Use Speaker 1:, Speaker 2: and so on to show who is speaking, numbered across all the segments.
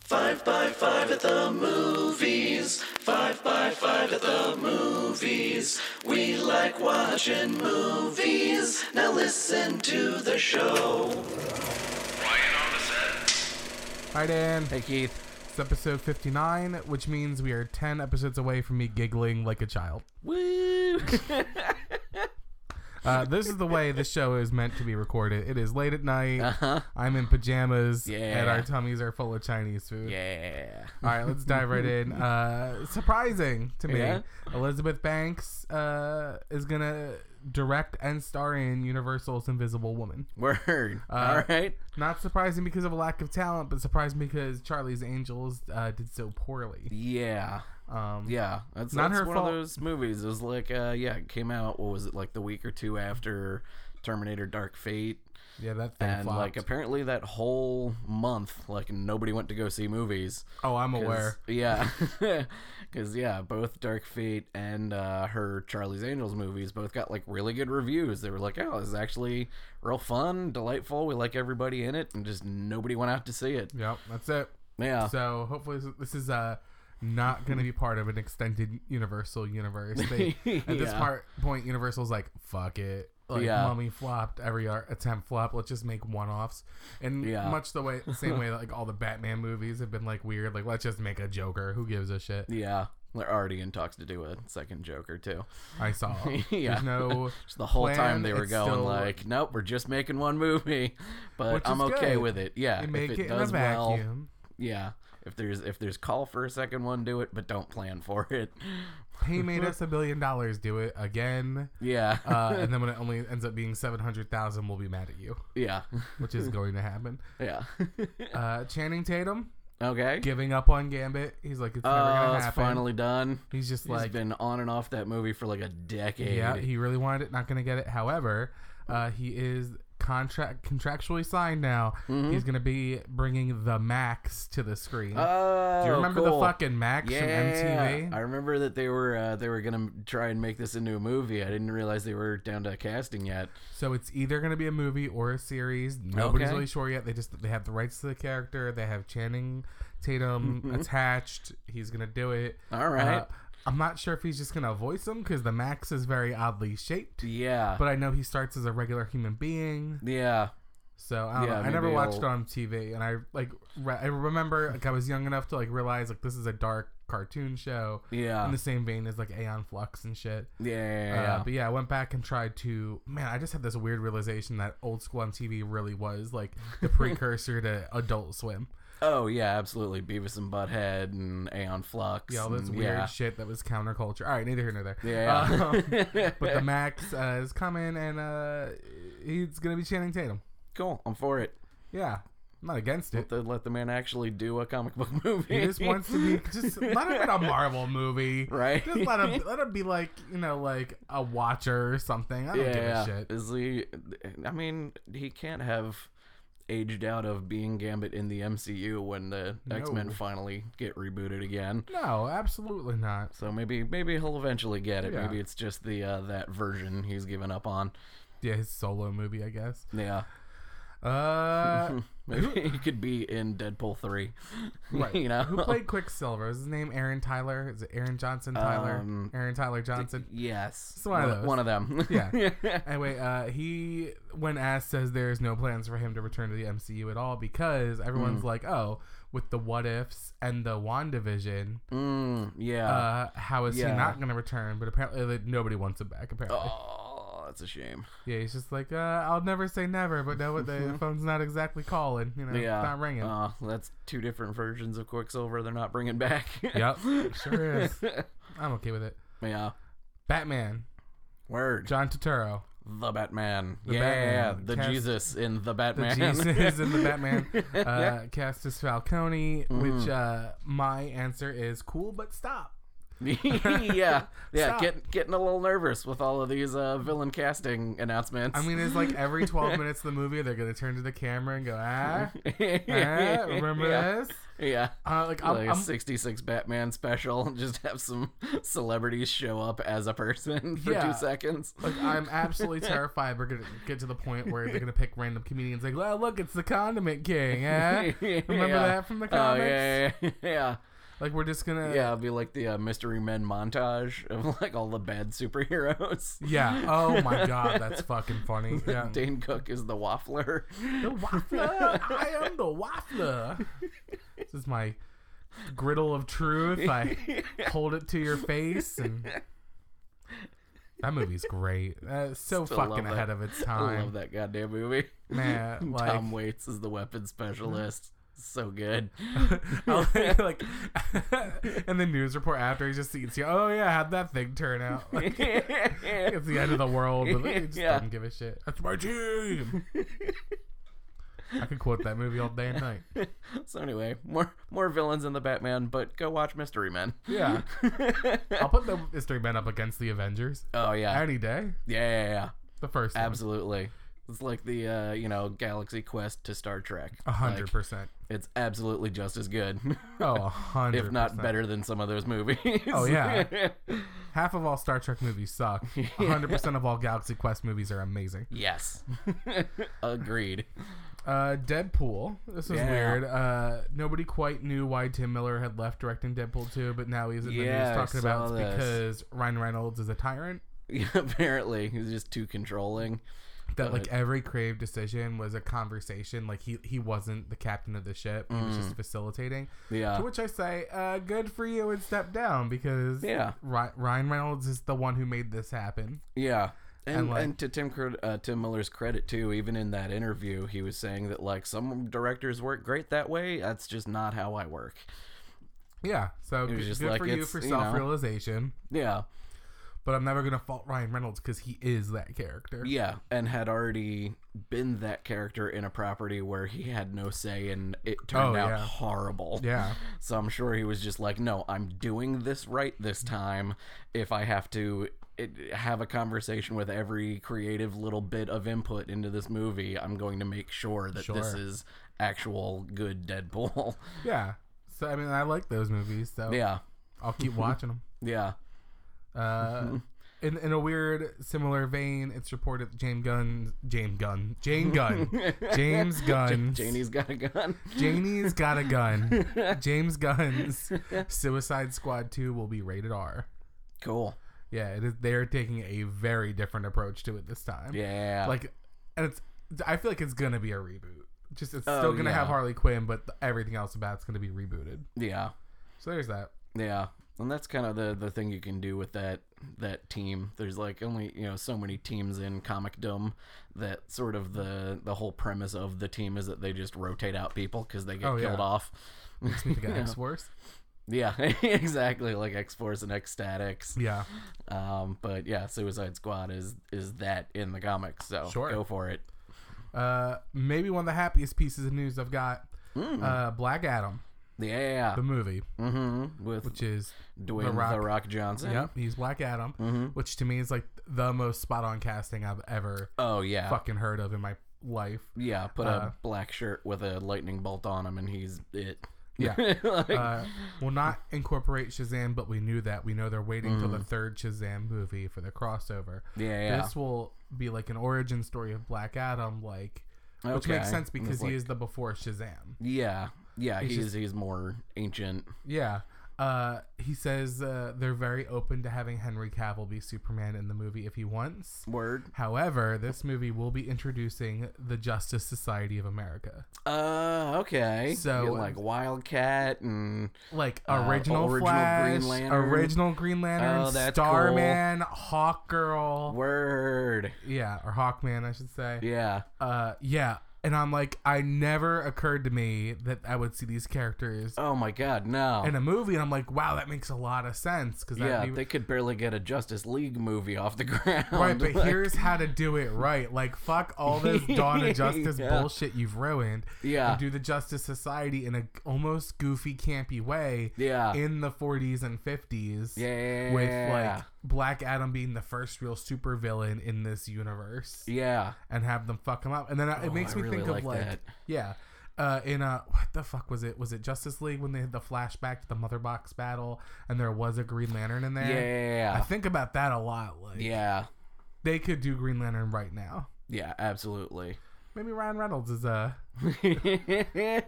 Speaker 1: Five by five at the movies. Five by five at the movies. We like watching movies. Now listen to the show. Quiet on the set.
Speaker 2: Hi, Dan.
Speaker 3: Hey Keith.
Speaker 2: It's episode 59, which means we are 10 episodes away from me giggling like a child.
Speaker 3: Woo!
Speaker 2: Uh, this is the way this show is meant to be recorded. It is late at night.
Speaker 3: uh-huh.
Speaker 2: I'm in pajamas, and
Speaker 3: Yeah.
Speaker 2: our tummies are full of Chinese food.
Speaker 3: Yeah.
Speaker 2: All right, let's dive right in. Uh, surprising to me,
Speaker 3: Yeah?
Speaker 2: Elizabeth Banks uh, is going to direct and star in Universal's Invisible Woman.
Speaker 3: Word.
Speaker 2: Uh,
Speaker 3: All right.
Speaker 2: Not surprising because of a lack of talent, but surprising because Charlie's Angels uh, did so poorly.
Speaker 3: Yeah.
Speaker 2: Um,
Speaker 3: Yeah. That's
Speaker 2: Not
Speaker 3: that's
Speaker 2: her
Speaker 3: one
Speaker 2: fault.
Speaker 3: of those movies. It was like, uh, yeah, it came out. What was it like the week or two after Terminator: Dark Fate?
Speaker 2: yeah, that thing
Speaker 3: And
Speaker 2: flopped.
Speaker 3: like apparently that whole month, like nobody went to go see movies.
Speaker 2: oh, I'm
Speaker 3: 'Cause-
Speaker 2: aware.
Speaker 3: Yeah. Because yeah, both Dark Fate and uh, her Charlie's Angels movies both got like really good reviews. They were like, oh, this is actually real fun, delightful. We like everybody in it, and just nobody went out to see it.
Speaker 2: Yep, that's it.
Speaker 3: Yeah.
Speaker 2: So hopefully this- this is uh not going to be part of an extended Universal universe. They, At this
Speaker 3: Yeah.
Speaker 2: part point, Universal's like fuck it. Like
Speaker 3: Yeah.
Speaker 2: Mummy flopped, every ar- attempt flopped. Let's just make one-offs. And
Speaker 3: Yeah.
Speaker 2: much the way, same way that like all the Batman movies have been like weird. Like let's just make a Joker. Who gives a shit?
Speaker 3: yeah. They're already in talks to do a second Joker too.
Speaker 2: I saw.
Speaker 3: Yeah.
Speaker 2: There's no.
Speaker 3: Just the whole
Speaker 2: plan,
Speaker 3: time they were
Speaker 2: it's
Speaker 3: going
Speaker 2: still-
Speaker 3: like, "Nope, we're just making one movie," but
Speaker 2: Which
Speaker 3: I'm
Speaker 2: is
Speaker 3: okay
Speaker 2: good.
Speaker 3: with it. Yeah,
Speaker 2: You make
Speaker 3: if
Speaker 2: it,
Speaker 3: it,
Speaker 2: in a
Speaker 3: does well,
Speaker 2: vacuum.
Speaker 3: yeah. If there's if there's call for a second one, do it, but don't plan for it.
Speaker 2: He made us a billion dollars. Do it again.
Speaker 3: Yeah,
Speaker 2: Uh, and then when it only ends up being seven hundred thousand, we'll be mad at you,
Speaker 3: yeah,
Speaker 2: which is going to happen.
Speaker 3: yeah.
Speaker 2: Uh, Channing Tatum,
Speaker 3: okay.
Speaker 2: giving up on Gambit. He's like, it's never
Speaker 3: Oh,
Speaker 2: gonna
Speaker 3: it's
Speaker 2: happen.
Speaker 3: finally done.
Speaker 2: He's just
Speaker 3: He's
Speaker 2: like,
Speaker 3: been on and off that movie for like a decade.
Speaker 2: yeah, he really wanted it, not gonna get it. However, uh, he is contract contractually signed now.
Speaker 3: Mm-hmm.
Speaker 2: He's gonna be bringing the Max to the screen.
Speaker 3: oh,
Speaker 2: Do you remember
Speaker 3: cool.
Speaker 2: the fucking Max from MTV?
Speaker 3: I remember that they were uh, they were gonna try and make this into a movie. I didn't realize they were down to casting yet.
Speaker 2: So it's either going to be a movie or a series. Nobody's
Speaker 3: Okay.
Speaker 2: really sure yet. They just they have the rights to the character. They have Channing Tatum attached. He's going to do it.
Speaker 3: Mm-hmm. All right.
Speaker 2: Uh, I'm not sure if he's just going to voice him because the Max is very oddly shaped.
Speaker 3: yeah,
Speaker 2: But I know he starts as a regular human being.
Speaker 3: yeah,
Speaker 2: So I don't
Speaker 3: Yeah,
Speaker 2: know. I
Speaker 3: maybe
Speaker 2: never watched it
Speaker 3: I'll-
Speaker 2: on TV, and I like re- I remember like I was young enough to like realize like this is a dark cartoon show
Speaker 3: yeah,
Speaker 2: in the same vein as like Aeon Flux and shit.
Speaker 3: yeah, yeah, yeah.
Speaker 2: Uh, but yeah, I went back and tried to. Man, I just had this weird realization that old school on TV really was like the precursor to Adult Swim.
Speaker 3: oh yeah, absolutely. Beavis and Butthead and Aeon Flux.
Speaker 2: Yeah, all this
Speaker 3: and-
Speaker 2: weird
Speaker 3: yeah.
Speaker 2: shit that was counterculture. All right, neither here nor there.
Speaker 3: Yeah.
Speaker 2: Um, but the Max uh, is coming, and uh, he's gonna be Channing Tatum.
Speaker 3: cool. I'm for it.
Speaker 2: Yeah, I'm not against it.
Speaker 3: Let the, let the man actually do a comic book movie.
Speaker 2: He just wants to be just let him in a Marvel movie,
Speaker 3: Right.
Speaker 2: Just let him let him be like you know like a watcher or something. I don't give a shit.
Speaker 3: Is he? I mean, he can't have aged out of being Gambit in the MCU when the
Speaker 2: No.
Speaker 3: X Men finally get rebooted again.
Speaker 2: No, absolutely not.
Speaker 3: So maybe maybe he'll eventually get it.
Speaker 2: Yeah.
Speaker 3: Maybe it's just the uh, that version he's given up on.
Speaker 2: Yeah, his solo movie, I guess.
Speaker 3: Yeah,
Speaker 2: Uh,
Speaker 3: maybe he could be in Deadpool three.
Speaker 2: right.
Speaker 3: you know
Speaker 2: Who played Quicksilver? Is his name Aaron Tyler? Is it Aaron Johnson Tyler?
Speaker 3: Um,
Speaker 2: Aaron Tyler Johnson.
Speaker 3: Yes,
Speaker 2: It's one of those.
Speaker 3: One of them.
Speaker 2: Yeah. Anyway, uh, he, when asked, says there's no plans for him to return to the MCU at all because
Speaker 3: Mm.
Speaker 2: everyone's like, oh, with the what ifs and the WandaVision,
Speaker 3: mm, yeah.
Speaker 2: uh, how is he
Speaker 3: yeah.
Speaker 2: not going to return? But apparently, like, nobody wants him back, apparently.
Speaker 3: oh, that's a shame.
Speaker 2: Yeah, he's just like, uh, I'll never say never, but no, the phone's not exactly calling. You know,
Speaker 3: yeah,
Speaker 2: it's not ringing.
Speaker 3: Uh, that's two different versions of Quicksilver. They're not bringing back.
Speaker 2: yep, sure is. I'm okay with it.
Speaker 3: yeah.
Speaker 2: Batman,
Speaker 3: Word.
Speaker 2: John Turturro.
Speaker 3: The Batman.
Speaker 2: The
Speaker 3: yeah,
Speaker 2: Batman.
Speaker 3: the
Speaker 2: Cast-
Speaker 3: Jesus in the
Speaker 2: the
Speaker 3: Batman.
Speaker 2: Jesus in the Batman. Uh, Castus Falcone,
Speaker 3: Mm.
Speaker 2: which uh, my answer is cool, but stop.
Speaker 3: yeah, yeah.
Speaker 2: Stop.
Speaker 3: Get, getting a little nervous with all of these uh, villain casting announcements.
Speaker 2: I mean, it's like every 12 minutes of the movie, they're going to turn to the camera and go, ah, ah
Speaker 3: yeah.
Speaker 2: remember this?
Speaker 3: Yeah.
Speaker 2: Uh, like, I'm,
Speaker 3: Like a
Speaker 2: I'm-
Speaker 3: 66 Batman special, just have some celebrities show up as a person for
Speaker 2: Yeah.
Speaker 3: two seconds.
Speaker 2: like, I'm absolutely terrified we're gonna get to the point where they're gonna pick random comedians like, well, look, it's the Condiment King, eh? Remember
Speaker 3: Yeah.
Speaker 2: that from the
Speaker 3: Oh
Speaker 2: comics?
Speaker 3: yeah, yeah, yeah,
Speaker 2: Like we're just gonna
Speaker 3: yeah. Yeah, it'll be like the uh, Mystery Men montage of like all the bad superheroes.
Speaker 2: Yeah. Oh my god, that's fucking funny. Yeah.
Speaker 3: Dane Cook is the waffler.
Speaker 2: The waffler. I am the waffler. This is my griddle of truth. I hold it to your face, and that movie's great. Uh, so
Speaker 3: Still love
Speaker 2: fucking
Speaker 3: that.
Speaker 2: ahead of its
Speaker 3: I love
Speaker 2: time,
Speaker 3: that goddamn movie.
Speaker 2: man. Like,
Speaker 3: Tom Waits is the weapons specialist. So good.
Speaker 2: I like, like and the news report after he just sees you. Oh yeah, how'd that thing turn out? Like, it's the end of the world, but he just
Speaker 3: Yeah.
Speaker 2: doesn't give a shit. That's my team. I could quote that movie all day and night.
Speaker 3: so anyway, more more villains in the Batman, but go watch Mystery Men.
Speaker 2: Yeah. I'll
Speaker 3: oh
Speaker 2: put the Mystery Men up against the Avengers
Speaker 3: yeah,
Speaker 2: any day.
Speaker 3: yeah, yeah, yeah.
Speaker 2: The first one.
Speaker 3: Absolutely. It's like the uh, you know Galaxy Quest to Star Trek.
Speaker 2: A hundred
Speaker 3: Like,
Speaker 2: percent.
Speaker 3: it's absolutely just as good,
Speaker 2: Oh, a hundred.
Speaker 3: if not
Speaker 2: percent.
Speaker 3: better than some of those movies.
Speaker 2: Oh, yeah. Half of all Star Trek movies suck. A hundred percent of all Galaxy Quest movies are amazing.
Speaker 3: yes. Agreed.
Speaker 2: Uh, Deadpool. This is
Speaker 3: Yeah.
Speaker 2: weird. Uh, nobody quite knew why Tim Miller had left directing Deadpool 2, but now he's in
Speaker 3: Yeah, I
Speaker 2: the news talking
Speaker 3: saw
Speaker 2: about it's
Speaker 3: this.
Speaker 2: because Ryan Reynolds is a tyrant.
Speaker 3: Apparently, he's just too controlling.
Speaker 2: That like every creative decision was a conversation. Like he he wasn't the captain of the ship. He was just facilitating.
Speaker 3: Mm. Yeah.
Speaker 2: To which I say, uh, good for you and step down because
Speaker 3: Yeah.
Speaker 2: Ry- Ryan Reynolds is the one who made this happen.
Speaker 3: Yeah.
Speaker 2: And,
Speaker 3: And, and,
Speaker 2: like-
Speaker 3: to Tim Cr- uh, Tim Miller's credit too, even in that interview, he was saying that like some directors work great that way. That's just not how I work.
Speaker 2: Yeah, so
Speaker 3: was
Speaker 2: good,
Speaker 3: just
Speaker 2: good
Speaker 3: like,
Speaker 2: for you
Speaker 3: it's-
Speaker 2: for
Speaker 3: you know.
Speaker 2: self realization.
Speaker 3: Yeah,
Speaker 2: But I'm never gonna fault Ryan Reynolds because he is that character.
Speaker 3: yeah, and had already been that character in a property where he had no say, and it turned
Speaker 2: Oh,
Speaker 3: out
Speaker 2: yeah.
Speaker 3: horrible.
Speaker 2: Yeah.
Speaker 3: So I'm sure he was just like, no, I'm doing this right this time. If I have to it, have a conversation with every creative little bit of input into this movie, I'm going to make sure that this
Speaker 2: Sure.
Speaker 3: is actual good Deadpool.
Speaker 2: Yeah. So I mean, I like those movies, so
Speaker 3: yeah.
Speaker 2: I'll keep watching them.
Speaker 3: Yeah.
Speaker 2: Uh, in in a weird similar vein, it's reported that James Gunn, James Gunn, Jane Gun, James Gunn,
Speaker 3: Janie's got a gun.
Speaker 2: Janie's got a gun. James Gunn's Suicide Squad 2 will be rated R.
Speaker 3: Cool.
Speaker 2: Yeah, it is. They're taking a very different approach to it this time.
Speaker 3: Yeah.
Speaker 2: like, and it's. I feel like it's gonna be a reboot. Just it's
Speaker 3: Oh,
Speaker 2: still gonna have
Speaker 3: yeah.
Speaker 2: Harley Quinn, but th- everything else about it's gonna be rebooted.
Speaker 3: yeah.
Speaker 2: So there's that.
Speaker 3: Yeah. And that's kind of the the thing you can do with that that team. There's like only, you know, so many teams in comicdom that sort of the the whole premise of the team is that they just rotate out people cuz they get
Speaker 2: Oh, yeah.
Speaker 3: killed off.
Speaker 2: Makes me think of
Speaker 3: Yeah.
Speaker 2: X Force.
Speaker 3: Yeah, exactly, like X-Force and X-Statics.
Speaker 2: Yeah,
Speaker 3: Um but yeah, Suicide Squad is is that in the comics. So
Speaker 2: Sure.
Speaker 3: go for it.
Speaker 2: uh, maybe one of the happiest pieces of news I've got.
Speaker 3: Mm.
Speaker 2: Uh, Black Adam,
Speaker 3: Yeah.
Speaker 2: the movie,
Speaker 3: Mhm. With
Speaker 2: which is
Speaker 3: Dwayne
Speaker 2: The
Speaker 3: the Rock,
Speaker 2: Rock.
Speaker 3: Johnson.
Speaker 2: yep, he's Black Adam,
Speaker 3: Mm-hmm.
Speaker 2: which to me is like the most spot on casting I've ever
Speaker 3: Oh yeah.
Speaker 2: fucking heard of in my life.
Speaker 3: Yeah, put
Speaker 2: Uh,
Speaker 3: a black shirt with a lightning bolt on him, and he's it.
Speaker 2: Yeah.
Speaker 3: Like,
Speaker 2: uh, will not incorporate Shazam, but we knew that. We know they're waiting till the third Shazam movie for the crossover.
Speaker 3: Mm. yeah, yeah.
Speaker 2: This will be like an origin story of Black Adam, like which makes
Speaker 3: Okay.
Speaker 2: sense
Speaker 3: And it's
Speaker 2: because he
Speaker 3: like-
Speaker 2: is the before Shazam.
Speaker 3: yeah, yeah. He's
Speaker 2: He's
Speaker 3: he's,
Speaker 2: just-
Speaker 3: more ancient.
Speaker 2: Yeah. Uh, he says uh, they're very open to having Henry Cavill be Superman in the movie if he wants.
Speaker 3: Word.
Speaker 2: However, this movie will be introducing the Justice Society of America,
Speaker 3: Uh, okay.
Speaker 2: So-
Speaker 3: You get, like Wildcat and
Speaker 2: like
Speaker 3: Uh,
Speaker 2: original,
Speaker 3: original Green
Speaker 2: Flash,
Speaker 3: Lantern.
Speaker 2: original Green Lantern,
Speaker 3: Oh, that's
Speaker 2: Starman, Hawkgirl,
Speaker 3: Word.
Speaker 2: yeah, or Hawkman, I should say.
Speaker 3: Yeah,
Speaker 2: Uh, yeah. And I'm like, I never occurred to me that I would see these characters
Speaker 3: Oh my God, no.
Speaker 2: in a movie, and I'm like, wow, that makes a lot of sense because
Speaker 3: yeah,
Speaker 2: be,
Speaker 3: they could barely get a Justice League movie off the ground.
Speaker 2: right. But
Speaker 3: Like,
Speaker 2: here's how to do it right. Like, fuck all this Dawn of Justice
Speaker 3: Yeah.
Speaker 2: bullshit you've ruined.
Speaker 3: Yeah.
Speaker 2: and do the Justice Society in a almost goofy, campy way.
Speaker 3: Yeah.
Speaker 2: in the 40s and 50s.
Speaker 3: yeah,
Speaker 2: With like Black Adam being the first real supervillain in this universe,
Speaker 3: yeah,
Speaker 2: and have them fuck him up, and then I it makes
Speaker 3: Oh, I
Speaker 2: me
Speaker 3: really
Speaker 2: think of
Speaker 3: like
Speaker 2: like
Speaker 3: that.
Speaker 2: yeah, uh, in a what the fuck was it? Was it Justice League when they had the flashback to the Mother Box battle and there was a Green Lantern in
Speaker 3: Yeah, yeah,
Speaker 2: there? I
Speaker 3: yeah,
Speaker 2: think about that a lot. Like
Speaker 3: yeah,
Speaker 2: they could do Green Lantern right now.
Speaker 3: yeah, absolutely.
Speaker 2: Maybe Ryan Reynolds is uh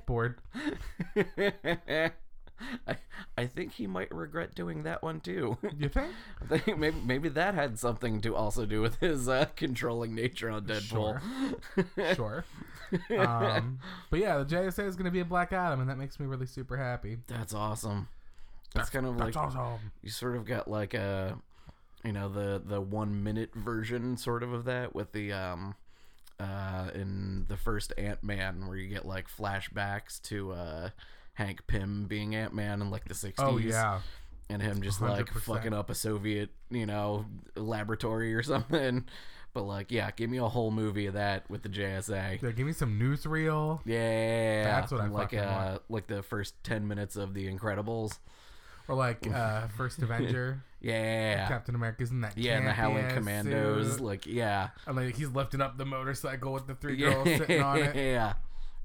Speaker 2: bored.
Speaker 3: I, I think he might regret doing that one too.
Speaker 2: You think?
Speaker 3: I think maybe maybe that had something to also do with his uh, controlling nature on Deadpool.
Speaker 2: Sure. um, but yeah, the JSA is going to be a Black Adam, and that makes me really super happy.
Speaker 3: That's awesome. That's kind of
Speaker 2: That's
Speaker 3: like
Speaker 2: awesome.
Speaker 3: you sort of got like a you know the the one minute version sort of of that with the um uh in the first Ant Man where you get like flashbacks to uh Hank Pym being Ant Man in like the sixties.
Speaker 2: Oh yeah,
Speaker 3: and him just like
Speaker 2: 100%.
Speaker 3: fucking up a Soviet, you know, laboratory or something. But like, yeah, give me a whole movie of that with the JSA.
Speaker 2: yeah. Give me some newsreel.
Speaker 3: Yeah,
Speaker 2: That's what I
Speaker 3: like. uh,
Speaker 2: fucking want.
Speaker 3: like the first ten minutes of The Incredibles.
Speaker 2: Or like uh, First Avenger,
Speaker 3: Yeah,
Speaker 2: Captain America's in that
Speaker 3: yeah, and the
Speaker 2: campy
Speaker 3: Howling
Speaker 2: ass
Speaker 3: Commandos.
Speaker 2: suit.
Speaker 3: Like, yeah,
Speaker 2: And like he's lifting up the motorcycle with the three
Speaker 3: yeah,
Speaker 2: girls sitting on it.
Speaker 3: yeah,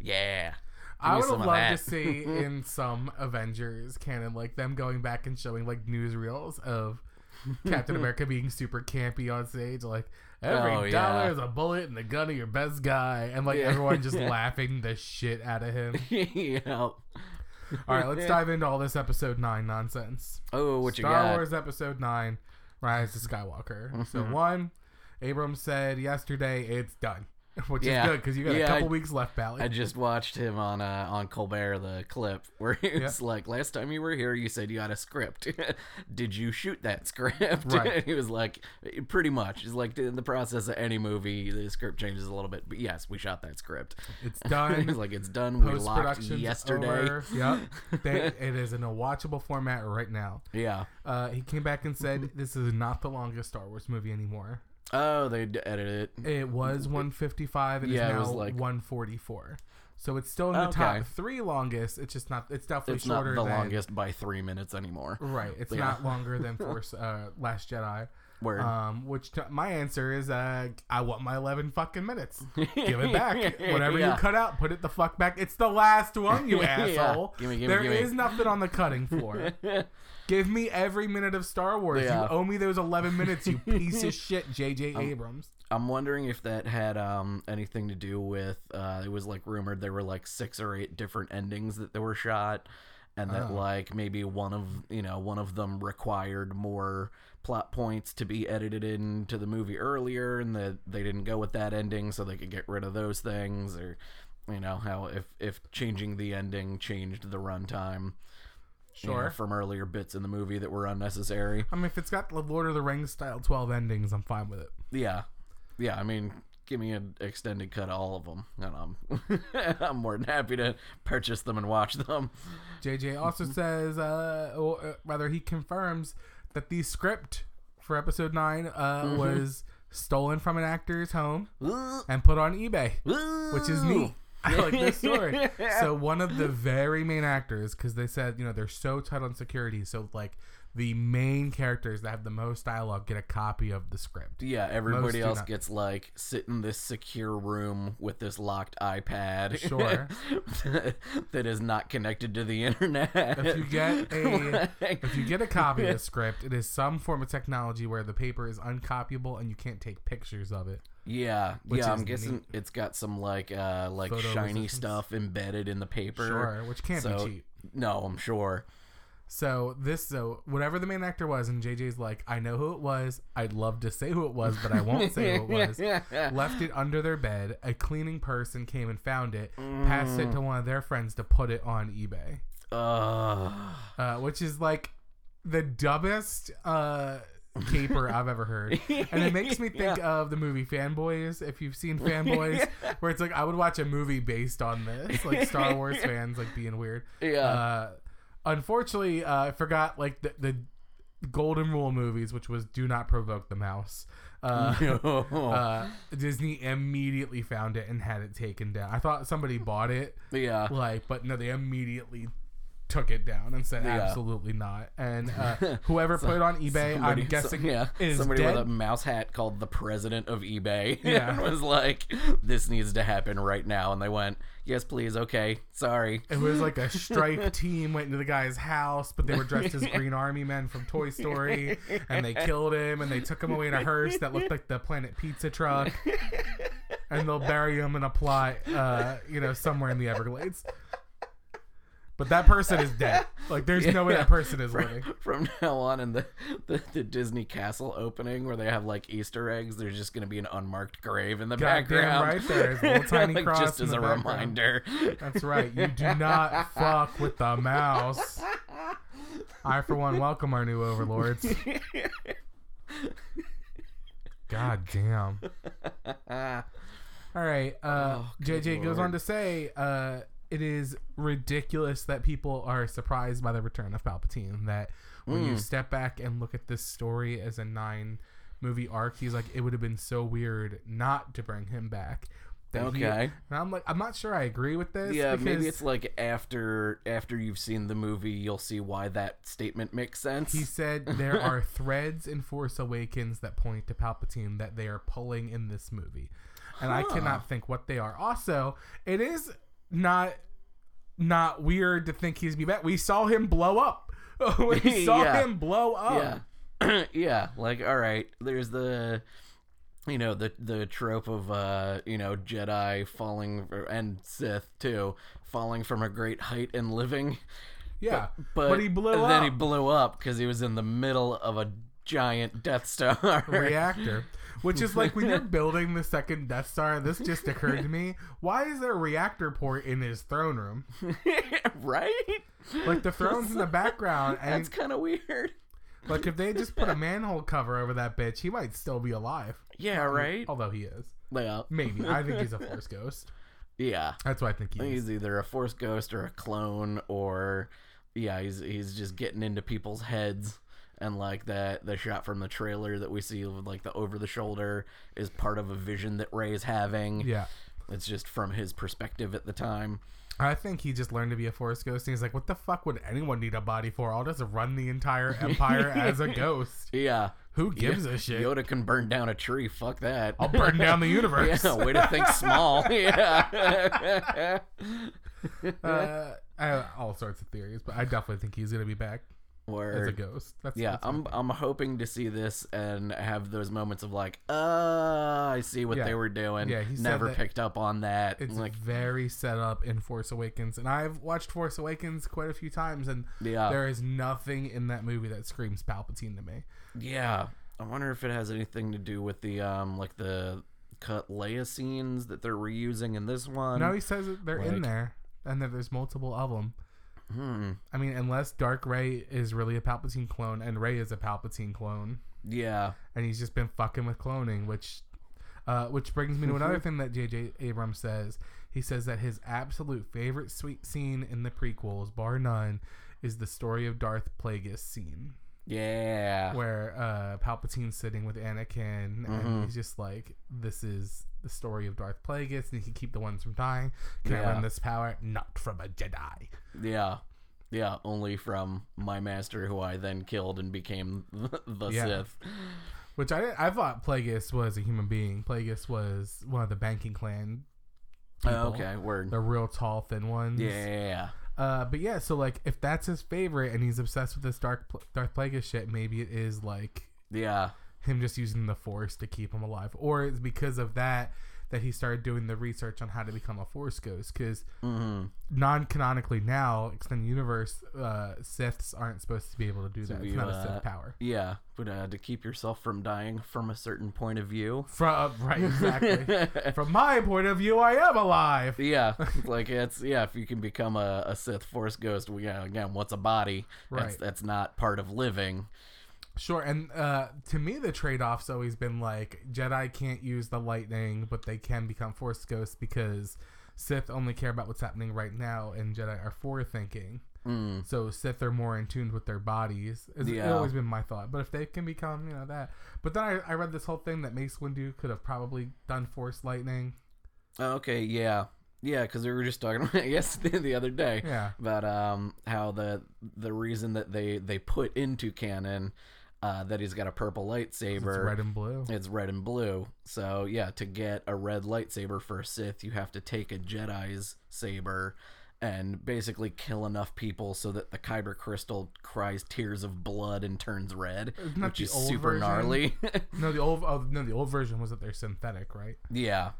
Speaker 3: yeah.
Speaker 2: I
Speaker 3: me
Speaker 2: would have
Speaker 3: some of
Speaker 2: loved to
Speaker 3: that.
Speaker 2: see in some Avengers canon like them going back and showing like newsreels of Captain America being super campy on stage, like every
Speaker 3: Oh,
Speaker 2: dollar
Speaker 3: yeah.
Speaker 2: is a bullet and the gun of your best guy, and like
Speaker 3: Yeah.
Speaker 2: everyone just laughing the shit out of him.
Speaker 3: yeah.
Speaker 2: All right, let's dive into all this episode nine nonsense.
Speaker 3: Oh, what you
Speaker 2: Star
Speaker 3: got? Mm-hmm.
Speaker 2: Wars Episode 9, Rise of Skywalker. So, one, Abrams said yesterday it's done, which
Speaker 3: Yeah.
Speaker 2: is good because you got a
Speaker 3: Yeah,
Speaker 2: couple
Speaker 3: I-
Speaker 2: weeks left, Bally.
Speaker 3: I just watched him on uh, on Colbert the clip where he was like, "Last time you were here, you said you had a script. Did you shoot that script?"
Speaker 2: Right.
Speaker 3: and he was like, "Pretty much." He's like, "In the process of any movie, the script changes a little bit, but yes, we shot that script.
Speaker 2: it's
Speaker 3: He's
Speaker 2: done.
Speaker 3: like, it's done. We
Speaker 2: Post
Speaker 3: locked
Speaker 2: production
Speaker 3: yesterday.
Speaker 2: Over. Yep. They, it is in a watchable format right now.
Speaker 3: Yeah.
Speaker 2: Uh, he came back and said
Speaker 3: Mm-hmm.
Speaker 2: this is not the longest Star Wars movie anymore.
Speaker 3: Oh, they d- edited it.
Speaker 2: It was 155 and
Speaker 3: Mm-hmm. Yeah, it
Speaker 2: is
Speaker 3: was
Speaker 2: now
Speaker 3: like- Oh,
Speaker 2: 144. So it's still in the top
Speaker 3: Okay.
Speaker 2: three longest. It's just not. It's definitely
Speaker 3: It's not
Speaker 2: shorter
Speaker 3: the
Speaker 2: than
Speaker 3: longest by three minutes anymore.
Speaker 2: Right. It's
Speaker 3: Yeah.
Speaker 2: not longer than Force uh, Last Jedi.
Speaker 3: Word.
Speaker 2: Um, which t- my answer is, uh, I want my eleven fucking minutes. Give it back. Whatever you
Speaker 3: Yeah.
Speaker 2: cut out, put it the fuck back. It's the last one, you
Speaker 3: Yeah.
Speaker 2: asshole. There
Speaker 3: Gimme,
Speaker 2: is
Speaker 3: gimme, gimme.
Speaker 2: nothing on the cutting floor. Give me every minute of Star Wars.
Speaker 3: Yeah. Um,
Speaker 2: You owe me those eleven minutes, you piece of shit, J.J. Abrams.
Speaker 3: I'm wondering if that had um, anything to do with uh, it was like rumored there were like six or eight different endings that they were shot, and that
Speaker 2: Oh.
Speaker 3: like maybe one of you know one of them required more plot points to be edited into the movie earlier, and that they didn't go with that ending, so they could get rid of those things, or you know how if if changing the ending changed the runtime. you know,
Speaker 2: Sure.
Speaker 3: from earlier bits in the movie that were unnecessary.
Speaker 2: I mean, if it's got the Lord of the Rings style twelve endings, I'm fine with it.
Speaker 3: Yeah, yeah. I mean, give me an extended cut of all of them, and I'm I'm more than happy to purchase them and watch them.
Speaker 2: JJ also says, uh, or uh, rather, he confirms that the script for episode nine uh, was stolen from an actor's home and put on eBay, which
Speaker 3: Which
Speaker 2: is neat. I like this story. so one of the very main actors, because they said you know they're so tight on security, so like the main characters that have the most dialogue get a copy of the script.
Speaker 3: Yeah,
Speaker 2: Most
Speaker 3: everybody
Speaker 2: do
Speaker 3: else
Speaker 2: not.
Speaker 3: gets like sit in this secure room with this locked iPad,
Speaker 2: Sure.
Speaker 3: that is not connected to the internet.
Speaker 2: If you get a
Speaker 3: Like-
Speaker 2: if you get a copy of the script, it is some form of technology where the paper is uncopyable and you can't take pictures of it.
Speaker 3: Yeah,
Speaker 2: Which
Speaker 3: yeah. I'm
Speaker 2: is
Speaker 3: guessing
Speaker 2: neat.
Speaker 3: it's got some like uh like
Speaker 2: Photo
Speaker 3: shiny
Speaker 2: resistance.
Speaker 3: stuff embedded in the paper.
Speaker 2: Sure, which can't
Speaker 3: So-
Speaker 2: be cheap.
Speaker 3: No, I'm sure.
Speaker 2: So this, so whatever the main actor was, and JJ's like, I know who it was. I'd love to say who it was, but I won't say who it was. Left it under their bed. A cleaning person came and found it, passed it to one of their friends to put it on eBay,
Speaker 3: Ugh.
Speaker 2: uh, which is like the dumbest uh, caper I've ever heard. And it makes me think of the movie Fanboys. If you've seen Fanboys, where it's like I would watch a movie based on this, like Star Wars fans like being weird.
Speaker 3: Yeah.
Speaker 2: Uh, unfortunately, uh, I forgot like the, the golden rule movies, which was do not provoke the mouse. Uh,
Speaker 3: no.
Speaker 2: uh, Disney immediately found it and had it taken down. I thought somebody bought it,
Speaker 3: yeah.
Speaker 2: like, but no, they immediately took it down and said
Speaker 3: Yeah.
Speaker 2: absolutely not. And uh, whoever put it on eBay,
Speaker 3: Somebody-
Speaker 2: I'm guessing,
Speaker 3: some- yeah,
Speaker 2: is
Speaker 3: somebody
Speaker 2: dead.
Speaker 3: with a mouse hat called the president of eBay.
Speaker 2: Yeah.
Speaker 3: and was like, "This needs to happen right now," and they went, "Yes, please. Okay, sorry."
Speaker 2: It was like a strike team went into the guy's house, but they were dressed as Green Army men from Toy Story, and they killed him, and they took him away in a hearse that looked like the Planet Pizza truck, and they'll bury him in a plot, uh, you know, somewhere in the Everglades. But that person is dead. Like, there's no way that person is living.
Speaker 3: From now on, in the, the the Disney castle opening where they have like Easter eggs, there's just gonna be an unmarked grave in the
Speaker 2: Goddamn
Speaker 3: background,
Speaker 2: right there is a little tiny
Speaker 3: like,
Speaker 2: cross
Speaker 3: just
Speaker 2: in
Speaker 3: as
Speaker 2: the
Speaker 3: a
Speaker 2: background.
Speaker 3: reminder.
Speaker 2: That's right. You do not fuck with the mouse. Uh, I, for one, welcome our new overlords. God damn.
Speaker 3: Ah.
Speaker 2: All right. Uh,
Speaker 3: Oh, good
Speaker 2: JJ goes
Speaker 3: lord.
Speaker 2: on to say uh, it is ridiculous that people are surprised by the return of Palpatine. That when
Speaker 3: Hmm.
Speaker 2: you step back and look at this story as a nine movie arc, he's like, it would have been so weird not to bring him back. That he-
Speaker 3: Okay.
Speaker 2: and I'm like, I'm not sure I agree with this.
Speaker 3: yeah, maybe
Speaker 2: because-
Speaker 3: it's like after after you've seen the movie, you'll see why that statement makes sense.
Speaker 2: He said there are threads in Force Awakens that point to Palpatine that they are pulling in this movie. And I
Speaker 3: Huh.
Speaker 2: cannot think what they are. Also, it is not not weird to think he's be back. We saw him blow up. we saw
Speaker 3: Yeah.
Speaker 2: him blow up.
Speaker 3: yeah yeah like all right there's the you know the the trope of uh you know jedi falling and sith too falling from a great height and living
Speaker 2: Yeah.
Speaker 3: but,
Speaker 2: But he blew
Speaker 3: and then he
Speaker 2: up.
Speaker 3: blew up because he was in the middle of a giant death star
Speaker 2: reactor. Which is like when you're building the second Death Star, this just occurred to me. Why is there a reactor port in his throne room?
Speaker 3: right
Speaker 2: Like the throne's in the background and
Speaker 3: that's kind of weird
Speaker 2: Like if they just put a manhole cover over that bitch, he might still be alive.
Speaker 3: yeah right
Speaker 2: Although he is.
Speaker 3: well,
Speaker 2: Maybe. I think he's a force ghost.
Speaker 3: yeah
Speaker 2: That's what I think
Speaker 3: I
Speaker 2: he
Speaker 3: think
Speaker 2: is.
Speaker 3: he's either a force ghost or a clone or yeah, he's he's just getting into people's heads and like that the shot from the trailer that we see of like the over the shoulder is part of a vision that Ray's having.
Speaker 2: Yeah.
Speaker 3: It's just from his perspective at the time.
Speaker 2: I think he just learned to be a force ghost and he's like, What the fuck would anyone need a body for? I'll just run the entire empire as a ghost.
Speaker 3: Yeah.
Speaker 2: Who gives a shit?
Speaker 3: Yoda can burn down a tree, fuck that.
Speaker 2: I'll burn down the universe.
Speaker 3: yeah, way to think small. yeah.
Speaker 2: uh, I have all sorts of theories, but I definitely think he's gonna be back as
Speaker 3: Word.
Speaker 2: a ghost. That's
Speaker 3: Yeah,
Speaker 2: that's my
Speaker 3: I'm
Speaker 2: thing.
Speaker 3: I'm hoping to see this and have those moments of like, uh, I see what
Speaker 2: Yeah.
Speaker 3: they were doing.
Speaker 2: Yeah, he said
Speaker 3: never
Speaker 2: that
Speaker 3: picked up on that.
Speaker 2: it's
Speaker 3: like,
Speaker 2: very set up in Force Awakens, and I've watched Force Awakens quite a few times, and
Speaker 3: yeah,
Speaker 2: There is nothing in that movie that screams Palpatine to me.
Speaker 3: yeah. I wonder if it has anything to do with the um, like the cut Leia scenes that they're reusing in this one.
Speaker 2: No, he says that they're in
Speaker 3: like-
Speaker 2: there and that there's multiple of them.
Speaker 3: hmm.
Speaker 2: I mean, unless Dark Ray is really a Palpatine clone and Ray is a Palpatine clone
Speaker 3: Yeah,
Speaker 2: and he's just been fucking with cloning, which uh, which brings me to another thing that J.J. Abrams says. He says that his absolute favorite sweet scene in the prequels, bar none, is the story of Darth Plagueis scene.
Speaker 3: yeah.
Speaker 2: where uh, Palpatine's sitting with Anakin, and
Speaker 3: Mhm.
Speaker 2: he's just like, "This is the story of Darth Plagueis, and he can keep the ones from dying. Can I
Speaker 3: Yeah.
Speaker 2: learn this power? Not from a Jedi."
Speaker 3: Yeah. Yeah, only from my master, who I then killed and became the
Speaker 2: Yeah.
Speaker 3: Sith.
Speaker 2: Which I didn't, I thought Plagueis was a human being. Plagueis was one of the banking clan,
Speaker 3: Oh,
Speaker 2: People.
Speaker 3: okay, word.
Speaker 2: the real tall, thin ones.
Speaker 3: Yeah,
Speaker 2: Uh, but yeah, so like, if that's his favorite, and he's obsessed with this Dark Pl- Darth Plagueis shit, maybe it is like
Speaker 3: yeah.
Speaker 2: him just using the force to keep him alive or it's because of that that he started doing the research on how to become a force ghost because
Speaker 3: Mm-hmm.
Speaker 2: non-canonically now extended universe uh siths aren't supposed to be able to do that it's
Speaker 3: you,
Speaker 2: not a
Speaker 3: uh,
Speaker 2: sith power
Speaker 3: Yeah, but uh, to keep yourself from dying from a certain point of view.
Speaker 2: from right exactly from my point of view i am alive
Speaker 3: yeah, like it's yeah. If you can become a, a Sith Force ghost, well, yeah. Again, what's a body? That's,
Speaker 2: Right.
Speaker 3: that's not part of living.
Speaker 2: sure and uh to me the trade-off's always been like jedi can't use the lightning but they can become force ghosts because sith only care about what's happening right now and jedi are forethinking
Speaker 3: Mm.
Speaker 2: so Sith are more in tune with their bodies. It's it's
Speaker 3: Yeah.
Speaker 2: always been my thought. But if they can become, you know, that. But then I, I read this whole thing that Mace Windu could have probably done Force Lightning.
Speaker 3: Okay, yeah, Yeah, because we were just talking about yes the other day
Speaker 2: Yeah.
Speaker 3: about um how the the reason that they they put into canon uh, that he's got a purple
Speaker 2: It's
Speaker 3: lightsaber.
Speaker 2: red and blue.
Speaker 3: It's red and blue. So yeah, to get a red lightsaber for a Sith, you have to take a Jedi's saber and basically kill enough people so that the kyber crystal cries tears of blood and turns red,
Speaker 2: Isn't that
Speaker 3: which
Speaker 2: the
Speaker 3: is
Speaker 2: old
Speaker 3: super
Speaker 2: version?
Speaker 3: gnarly.
Speaker 2: No, the old oh, no, the old version was that they're synthetic, right?
Speaker 3: yeah.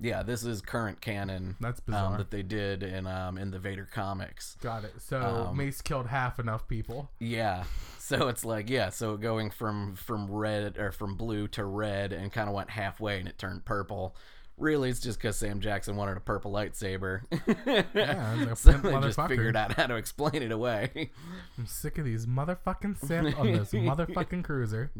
Speaker 3: Yeah, this is current canon
Speaker 2: That's bizarre.
Speaker 3: um, that they did in um, in the Vader comics.
Speaker 2: Got it. So
Speaker 3: Um,
Speaker 2: Mace killed half enough people.
Speaker 3: Yeah. So it's like yeah, so going from from red or from blue to red and kind of went halfway and it turned purple. Really, it's just because Sam Jackson wanted a purple lightsaber.
Speaker 2: like a
Speaker 3: so
Speaker 2: pimp
Speaker 3: they just
Speaker 2: motherfucker.
Speaker 3: figured out how to explain it away.
Speaker 2: I'm sick of these motherfucking Sith on this motherfucking cruiser.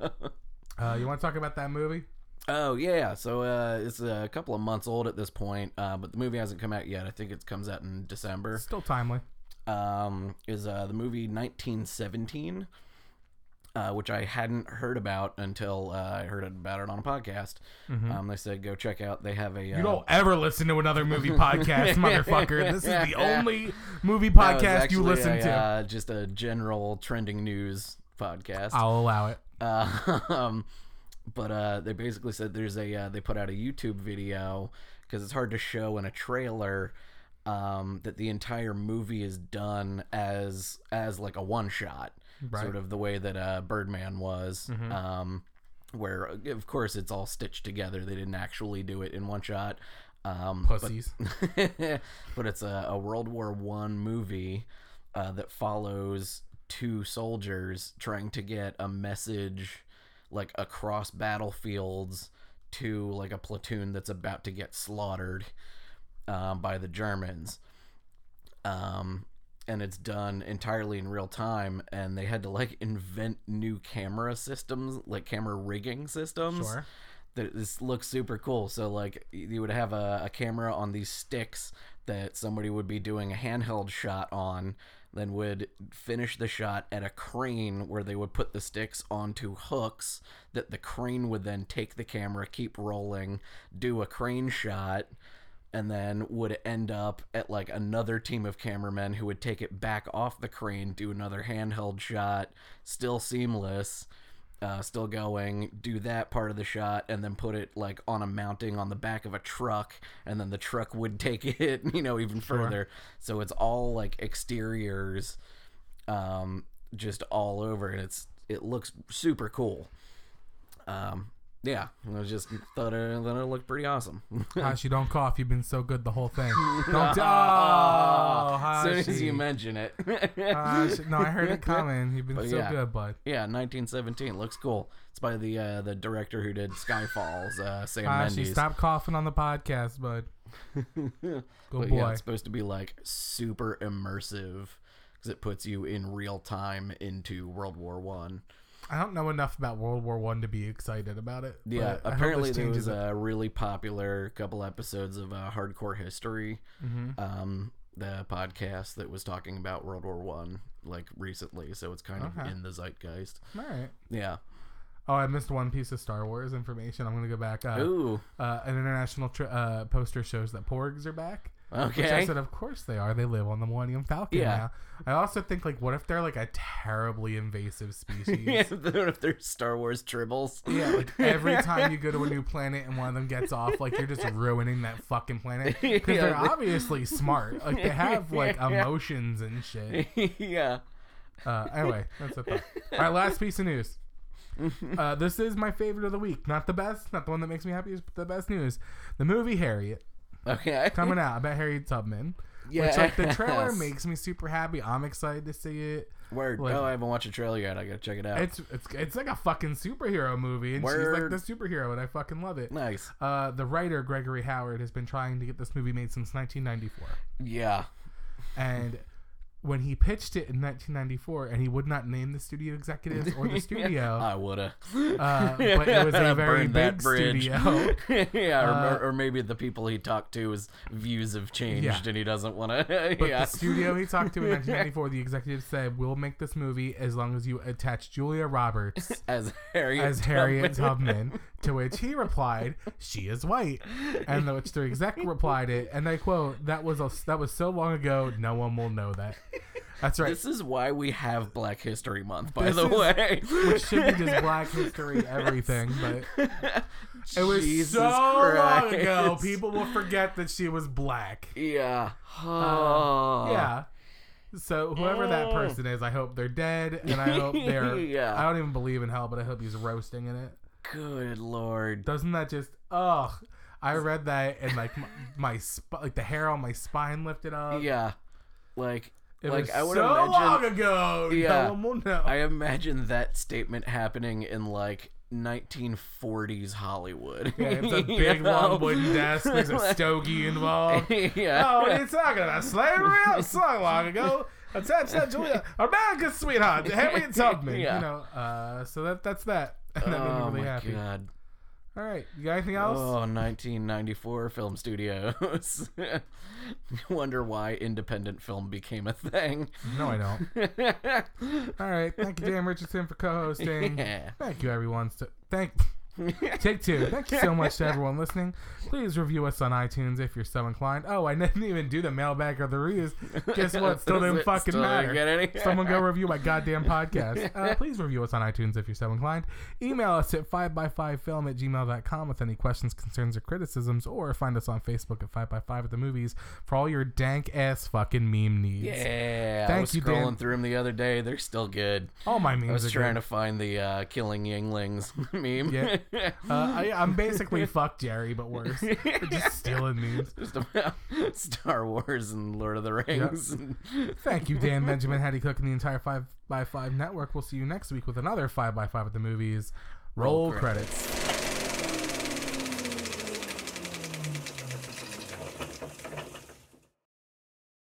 Speaker 2: Uh, you want to talk about that movie?
Speaker 3: oh yeah, so uh, it's a couple of months old at this point, uh, but the movie hasn't come out yet. I think it comes out in December.
Speaker 2: Still timely.
Speaker 3: um, is uh, the movie 1917, uh, which I hadn't heard about until uh, I heard about it on a podcast. Um, they said go check out. They have a uh,
Speaker 2: Mm-hmm. You don't ever listen to another movie podcast, motherfucker. This is the only movie
Speaker 3: that
Speaker 2: podcast
Speaker 3: was
Speaker 2: you
Speaker 3: actually
Speaker 2: listen
Speaker 3: a,
Speaker 2: to.
Speaker 3: uh, just a general trending news podcast.
Speaker 2: I'll allow it.
Speaker 3: Uh, um, but uh, they basically said there's a uh, they put out a YouTube video because it's hard to show in a trailer um, that the entire movie is done as as like a one shot,
Speaker 2: Right.
Speaker 3: sort of the way that uh, Birdman was. Um, where uh, of course it's all stitched together. They didn't actually do it in one shot. Um, but
Speaker 2: Pussies.
Speaker 3: but it's a, a World War One movie uh, that follows two soldiers trying to get a message like across battlefields to like a platoon that's about to get slaughtered um, by the Germans. Um, and it's done entirely in real time, and they had to like invent new camera systems, like camera rigging systems
Speaker 2: Sure.
Speaker 3: that this looks super cool. So like you would have a, a camera on these sticks that somebody would be doing a handheld shot on, then would finish the shot at a crane where they would put the sticks onto hooks that the crane would then take the camera, keep rolling, do a crane shot. And then would end up at like another team of cameramen who would take it back off the crane, do another handheld shot, still seamless, uh, still going, do that part of the shot, and then put it like on a mounting on the back of a truck, and then the truck would take it, you know, even further. So it's all like exteriors, um, just all over, and it's it looks super cool. Um, yeah, I was just thought it, thought it looked pretty awesome.
Speaker 2: Hashi, don't cough. You've been so good the whole thing. Don't. Oh,
Speaker 3: Ah,
Speaker 2: Hashi.
Speaker 3: as soon as you mention it,
Speaker 2: Hashi. No, I heard it coming. You've been so
Speaker 3: yeah.
Speaker 2: good, bud.
Speaker 3: Yeah, 1917 looks cool. It's by the uh, the director who did Skyfalls, uh, Sam
Speaker 2: Hashi,
Speaker 3: Mendes.
Speaker 2: stop coughing on the podcast, bud. Good
Speaker 3: But
Speaker 2: Oh, boy.
Speaker 3: yeah, it's supposed to be like super immersive because it puts you in real time into World War One.
Speaker 2: I don't know enough about World War One to be excited about it. but
Speaker 3: Yeah,
Speaker 2: I hope
Speaker 3: apparently
Speaker 2: this
Speaker 3: there
Speaker 2: changes
Speaker 3: was
Speaker 2: it.
Speaker 3: a really popular couple episodes of uh, Hardcore History,
Speaker 2: Mm-hmm.
Speaker 3: um, the podcast that was talking about World War One like recently. So it's kind of
Speaker 2: Okay.
Speaker 3: in the zeitgeist.
Speaker 2: All right.
Speaker 3: Yeah.
Speaker 2: Oh, I missed one piece of Star Wars information. I'm gonna go back. Uh,
Speaker 3: Ooh.
Speaker 2: uh, an international tri- uh, poster shows that Porgs are back. Which I
Speaker 3: Okay.
Speaker 2: said, of course they are. They live on the Millennium Falcon
Speaker 3: Yeah.
Speaker 2: now. I also think, like, what if they're like a terribly invasive
Speaker 3: Yeah,
Speaker 2: species?
Speaker 3: if there's Star Wars tribbles.
Speaker 2: yeah, like every time you go to a new planet and one of them gets off, like you're just ruining that fucking planet because
Speaker 3: Yeah,
Speaker 2: they're
Speaker 3: they-
Speaker 2: obviously smart. Like they have like emotions and shit.
Speaker 3: yeah.
Speaker 2: Uh, anyway, that's a thought. All right, last piece of news. Uh, this is my favorite of the week. Not the best, not the one that makes me happy, but the best news. The movie Harriet
Speaker 3: Okay.
Speaker 2: coming out about Harriet Tubman. Which, like, the trailer makes me super happy. I'm excited to see it.
Speaker 3: Word.
Speaker 2: like-
Speaker 3: oh, I haven't watched a trailer yet. I gotta check it out.
Speaker 2: It's it's it's like a fucking superhero movie, and
Speaker 3: Word.
Speaker 2: she's like the superhero, and I fucking love it.
Speaker 3: nice.
Speaker 2: Uh, the writer Gregory Howard has been trying to get this movie made since 1994,
Speaker 3: Yeah.
Speaker 2: and when he pitched it in 1994, and he would not name the studio executives or the studio,
Speaker 3: I woulda.
Speaker 2: uh, but it was a very
Speaker 3: Burned that
Speaker 2: big
Speaker 3: bridge.
Speaker 2: studio.
Speaker 3: yeah,
Speaker 2: Uh,
Speaker 3: or, or maybe the people he talked to his views have changed
Speaker 2: Yeah.
Speaker 3: and he doesn't want to.
Speaker 2: But
Speaker 3: yeah.
Speaker 2: the studio he talked to in 1994, the executive said, "We'll make this movie as long as you attach Julia Roberts
Speaker 3: as Harriet.
Speaker 2: as Harriet
Speaker 3: Tubman.
Speaker 2: Tubman To which he replied, "She is white," and the, which the exec replied it, and they quote, "That was a, that was so long ago, no one will know that." That's right.
Speaker 3: This is why we have Black History Month, by
Speaker 2: This
Speaker 3: the
Speaker 2: is-
Speaker 3: way.
Speaker 2: which should be just Black History everything, but it was
Speaker 3: Jesus
Speaker 2: so long ago.
Speaker 3: Christ.
Speaker 2: People will forget that she was black.
Speaker 3: Yeah. Oh.
Speaker 2: Yeah. So whoever that
Speaker 3: Mm.
Speaker 2: person is, I hope they're dead, and I hope they're.
Speaker 3: Yeah.
Speaker 2: I don't even believe in hell, but I hope he's roasting in it.
Speaker 3: Good lord.
Speaker 2: Doesn't that just ugh? I read that and like my, my sp- like the hair on my spine lifted up.
Speaker 3: Yeah. Like
Speaker 2: it
Speaker 3: like,
Speaker 2: was
Speaker 3: I would
Speaker 2: so
Speaker 3: imagine-
Speaker 2: long ago.
Speaker 3: Yeah.
Speaker 2: no one will know.
Speaker 3: I imagine that statement happening in like 1940s Hollywood.
Speaker 2: yeah, it's a
Speaker 3: You
Speaker 2: big
Speaker 3: know?
Speaker 2: long wooden desk. There's a stogie involved.
Speaker 3: yeah.
Speaker 2: Oh, what are you talking about? Slavery? That was so long ago. Attach that, Julia. America's sweetheart, Harriet Tubman.
Speaker 3: Yeah.
Speaker 2: You know, uh, so that that's that. And that made me
Speaker 3: oh
Speaker 2: really
Speaker 3: my
Speaker 2: happy.
Speaker 3: god.
Speaker 2: All right, you got anything else?
Speaker 3: Oh, 1994 film studios. Wonder why independent film became a thing.
Speaker 2: No, I don't. All right, thank you, Dan Richardson, for co-hosting.
Speaker 3: Yeah.
Speaker 2: Thank you, everyone. So, thank. Take two. Thank you so much to everyone listening. Please review us on iTunes if you're so inclined. Oh, I didn't even do the mailbag or the reviews. Guess what? Still didn't fucking
Speaker 3: Still
Speaker 2: matter.
Speaker 3: didn't get any.
Speaker 2: Someone go review my goddamn podcast. Uh, please review us on iTunes if you're so inclined. Email us at 5x5film at gmail.com with any questions, concerns, or criticisms, or find us on Facebook at 5x5 at the movies for all your dank ass fucking meme needs.
Speaker 3: Yeah, I
Speaker 2: Thank
Speaker 3: was
Speaker 2: you, Dan.
Speaker 3: scrolling through them the other day. They're still good.
Speaker 2: All my memes
Speaker 3: I was
Speaker 2: are
Speaker 3: trying
Speaker 2: good.
Speaker 3: to find the uh, killing Yinglings meme.
Speaker 2: Yeah. Uh, I, I'm basically fuck Jerry, but worse. Just stealing memes.
Speaker 3: Just about Star Wars and Lord of the Rings. and-
Speaker 2: Thank you, Dan Benjamin, Hattie Cook, and the entire 5 by 5 network. We'll see you next week with another 5 by 5 at the movies. Roll,
Speaker 3: credits.
Speaker 2: credits.